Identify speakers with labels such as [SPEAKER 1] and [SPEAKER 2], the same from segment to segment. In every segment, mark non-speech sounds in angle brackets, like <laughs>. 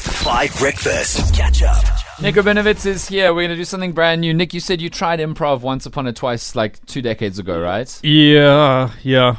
[SPEAKER 1] Five Breakfast. Catch up.
[SPEAKER 2] Nick Rabinovitz is here. We're going to do something brand new. Nick, you said you tried improv once upon a twice, like two decades ago, right?
[SPEAKER 3] Yeah, yeah.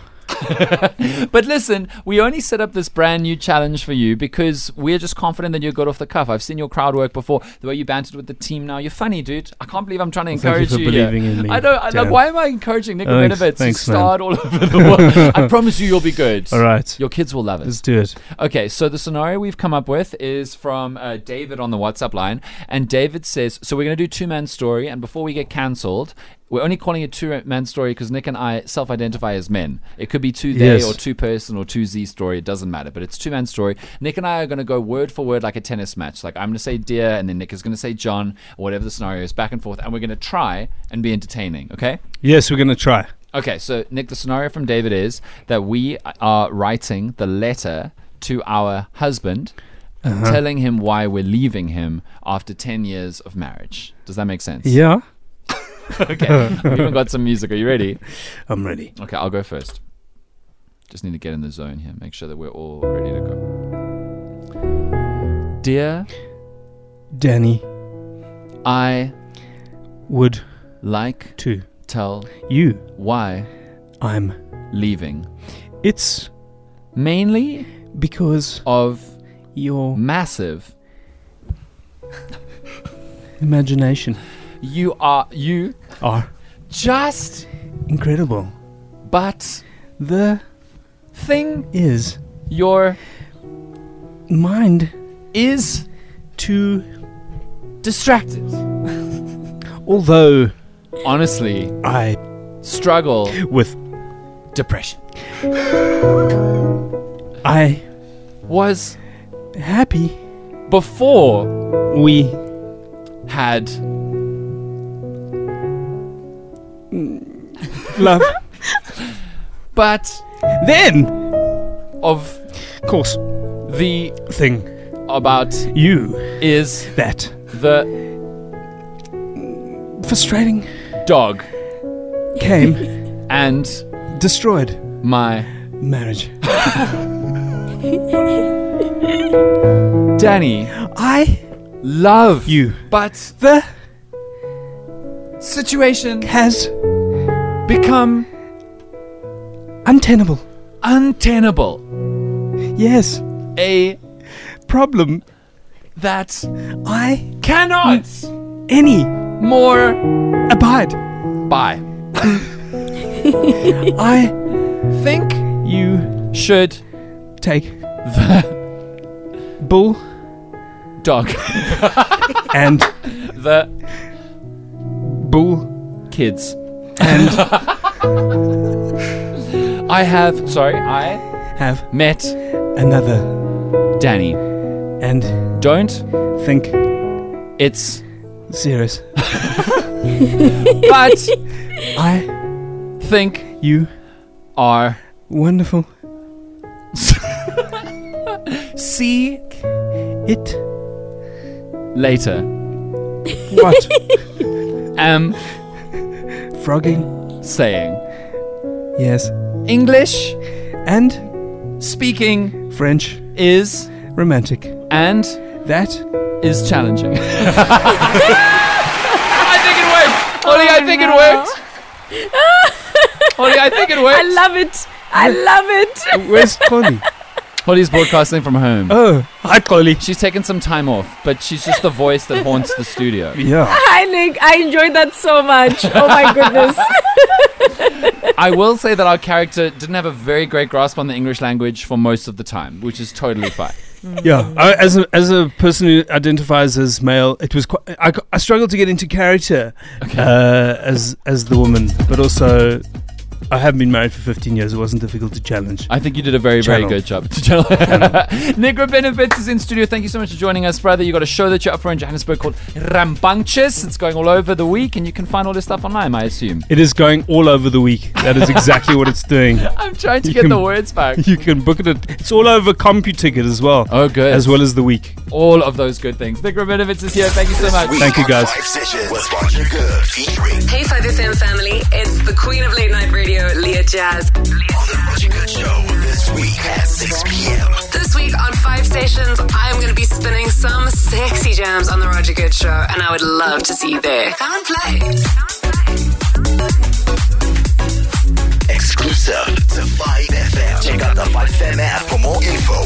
[SPEAKER 2] But listen, we only set up this brand new challenge for you because we're just confident that you're good off the cuff. I've seen your crowd work before, the way you bantered with the team now. You're funny, dude. I can't believe I'm trying to
[SPEAKER 3] thank you
[SPEAKER 2] encourage
[SPEAKER 3] for
[SPEAKER 2] here.
[SPEAKER 3] believing in me,
[SPEAKER 2] I don't, I, like,
[SPEAKER 3] Dan.
[SPEAKER 2] why am I encouraging Nick
[SPEAKER 3] Thanks-
[SPEAKER 2] Rabinovitz to
[SPEAKER 3] thanks, man.
[SPEAKER 2] start all <laughs> over
[SPEAKER 3] <laughs>
[SPEAKER 2] the world? I promise you, you'll be good.
[SPEAKER 3] All right.
[SPEAKER 2] Your kids will love it.
[SPEAKER 3] Let's do it.
[SPEAKER 2] Okay, so the scenario we've come up with is from uh, David on the WhatsApp line, and David says, "So we're going to do two man story, and before we get cancelled, we're only calling it two man story because Nick and I self-identify as men. It could be two they
[SPEAKER 3] Yes.
[SPEAKER 2] or two person or two Z story. It doesn't matter, but it's two man story. Nick and I are going to go word for word like a tennis match. Like I'm going to say dear, and then Nick is going to say John, or whatever the scenario is, back and forth, and we're going to try and be entertaining. Okay."
[SPEAKER 3] Yes, we're gonna try.
[SPEAKER 2] Okay, so Nick, the scenario from David is that we are writing the letter to our husband, telling him why we're leaving him after 10 years of marriage. Does that make sense?
[SPEAKER 3] Yeah,
[SPEAKER 2] Okay. we even got some music. Are you ready?
[SPEAKER 3] I'm ready.
[SPEAKER 2] Okay, I'll go first. Just need to get in the zone here, make sure that we're all ready to go. Dear,
[SPEAKER 3] Danny
[SPEAKER 2] I
[SPEAKER 3] would
[SPEAKER 2] like
[SPEAKER 3] to
[SPEAKER 2] tell
[SPEAKER 3] you.
[SPEAKER 2] why
[SPEAKER 3] I'm.
[SPEAKER 2] leaving.
[SPEAKER 3] It's
[SPEAKER 2] Mainly
[SPEAKER 3] because
[SPEAKER 2] of
[SPEAKER 3] your
[SPEAKER 2] massive
[SPEAKER 3] imagination
[SPEAKER 2] you are you
[SPEAKER 3] are
[SPEAKER 2] just
[SPEAKER 3] incredible.
[SPEAKER 2] but
[SPEAKER 3] The
[SPEAKER 2] thing
[SPEAKER 3] is
[SPEAKER 2] your
[SPEAKER 3] mind
[SPEAKER 2] is
[SPEAKER 3] too.
[SPEAKER 2] distracted
[SPEAKER 3] Although
[SPEAKER 2] honestly
[SPEAKER 3] I
[SPEAKER 2] struggle
[SPEAKER 3] with
[SPEAKER 2] depression
[SPEAKER 3] I
[SPEAKER 2] was
[SPEAKER 3] happy
[SPEAKER 2] before
[SPEAKER 3] we
[SPEAKER 2] had
[SPEAKER 3] <laughs> love.
[SPEAKER 2] but
[SPEAKER 3] then,
[SPEAKER 2] of
[SPEAKER 3] course,
[SPEAKER 2] the
[SPEAKER 3] thing
[SPEAKER 2] about
[SPEAKER 3] you
[SPEAKER 2] is
[SPEAKER 3] that
[SPEAKER 2] the
[SPEAKER 3] frustrating
[SPEAKER 2] dog
[SPEAKER 3] <laughs> came
[SPEAKER 2] and
[SPEAKER 3] destroyed
[SPEAKER 2] my
[SPEAKER 3] marriage.
[SPEAKER 2] Danny
[SPEAKER 3] I
[SPEAKER 2] love
[SPEAKER 3] You.
[SPEAKER 2] but
[SPEAKER 3] the
[SPEAKER 2] situation
[SPEAKER 3] has
[SPEAKER 2] become
[SPEAKER 3] untenable.
[SPEAKER 2] untenable
[SPEAKER 3] Yes,
[SPEAKER 2] a
[SPEAKER 3] problem.
[SPEAKER 2] that
[SPEAKER 3] I
[SPEAKER 2] cannot
[SPEAKER 3] any
[SPEAKER 2] more
[SPEAKER 3] abide.
[SPEAKER 2] by
[SPEAKER 3] I
[SPEAKER 2] think
[SPEAKER 3] you
[SPEAKER 2] should
[SPEAKER 3] take
[SPEAKER 2] the
[SPEAKER 3] bull
[SPEAKER 2] dog <laughs>
[SPEAKER 3] and
[SPEAKER 2] the
[SPEAKER 3] bull
[SPEAKER 2] kids and I have sorry I
[SPEAKER 3] have
[SPEAKER 2] met
[SPEAKER 3] another
[SPEAKER 2] Danny
[SPEAKER 3] and
[SPEAKER 2] don't
[SPEAKER 3] think
[SPEAKER 2] it's
[SPEAKER 3] serious.
[SPEAKER 2] but
[SPEAKER 3] I
[SPEAKER 2] think
[SPEAKER 3] you
[SPEAKER 2] are
[SPEAKER 3] wonderful.
[SPEAKER 2] see
[SPEAKER 3] It
[SPEAKER 2] later
[SPEAKER 3] <laughs> what
[SPEAKER 2] am
[SPEAKER 3] frogging?
[SPEAKER 2] saying
[SPEAKER 3] Yes,
[SPEAKER 2] English
[SPEAKER 3] and
[SPEAKER 2] speaking
[SPEAKER 3] French
[SPEAKER 2] is
[SPEAKER 3] romantic.
[SPEAKER 2] and
[SPEAKER 3] That
[SPEAKER 2] is challenging. <laughs> I think it worked. Holly, I think it
[SPEAKER 4] no.
[SPEAKER 2] worked. Holly, I think it worked.
[SPEAKER 4] I love it. I love it.
[SPEAKER 3] where's Polly?
[SPEAKER 2] Holly's broadcasting from home.
[SPEAKER 3] <laughs> Oh, hi Polly.
[SPEAKER 2] She's taken some time off, but she's just the voice that haunts the studio.
[SPEAKER 3] Yeah.
[SPEAKER 4] Hi, Nick. I enjoyed that so much. Oh my goodness.
[SPEAKER 2] I will say that our character didn't have a very great grasp on the English language for most of the time, which is totally fine.
[SPEAKER 3] Yeah, I, as a as a person who identifies as male, it was quite. I, got- I struggled to get into character uh, as as the woman, but also I have been married for 15 years. It wasn't difficult to challenge.
[SPEAKER 2] I think you did a very, very
[SPEAKER 3] Channel.
[SPEAKER 2] good job. <laughs> Channel. <laughs> Nick Benefits is in studio. Thank you so much for joining us, brother. you got a show that you're up for in Johannesburg called Rambunctious. It's going all over the week, and you can find all this stuff online, I assume.
[SPEAKER 3] It is going all over the week. That is exactly what it's doing. <laughs>
[SPEAKER 2] I'm trying to
[SPEAKER 3] You
[SPEAKER 2] get
[SPEAKER 3] can-
[SPEAKER 2] the words back.
[SPEAKER 3] <laughs> You can book it. At, it's all over CompuTicket as well,
[SPEAKER 2] Oh, good.
[SPEAKER 3] as well as the week.
[SPEAKER 2] all of those good things. Nick Benefits is here. Thank you so much.
[SPEAKER 3] Thank you, guys.
[SPEAKER 1] Five sessions with Roger Good featuring
[SPEAKER 5] Hey 5FM family, it's the Queen of Late Night Radio, Leah Jazz.
[SPEAKER 1] on the Roger Good Show this week at 6 p.m.
[SPEAKER 5] This week on Five Stations, I am going to be spinning some City Jams on The Roger Good Show, and I would love to see you there. Come and play.
[SPEAKER 1] Exclusive to Vibe FM. Check out the Vibe FM app for more info.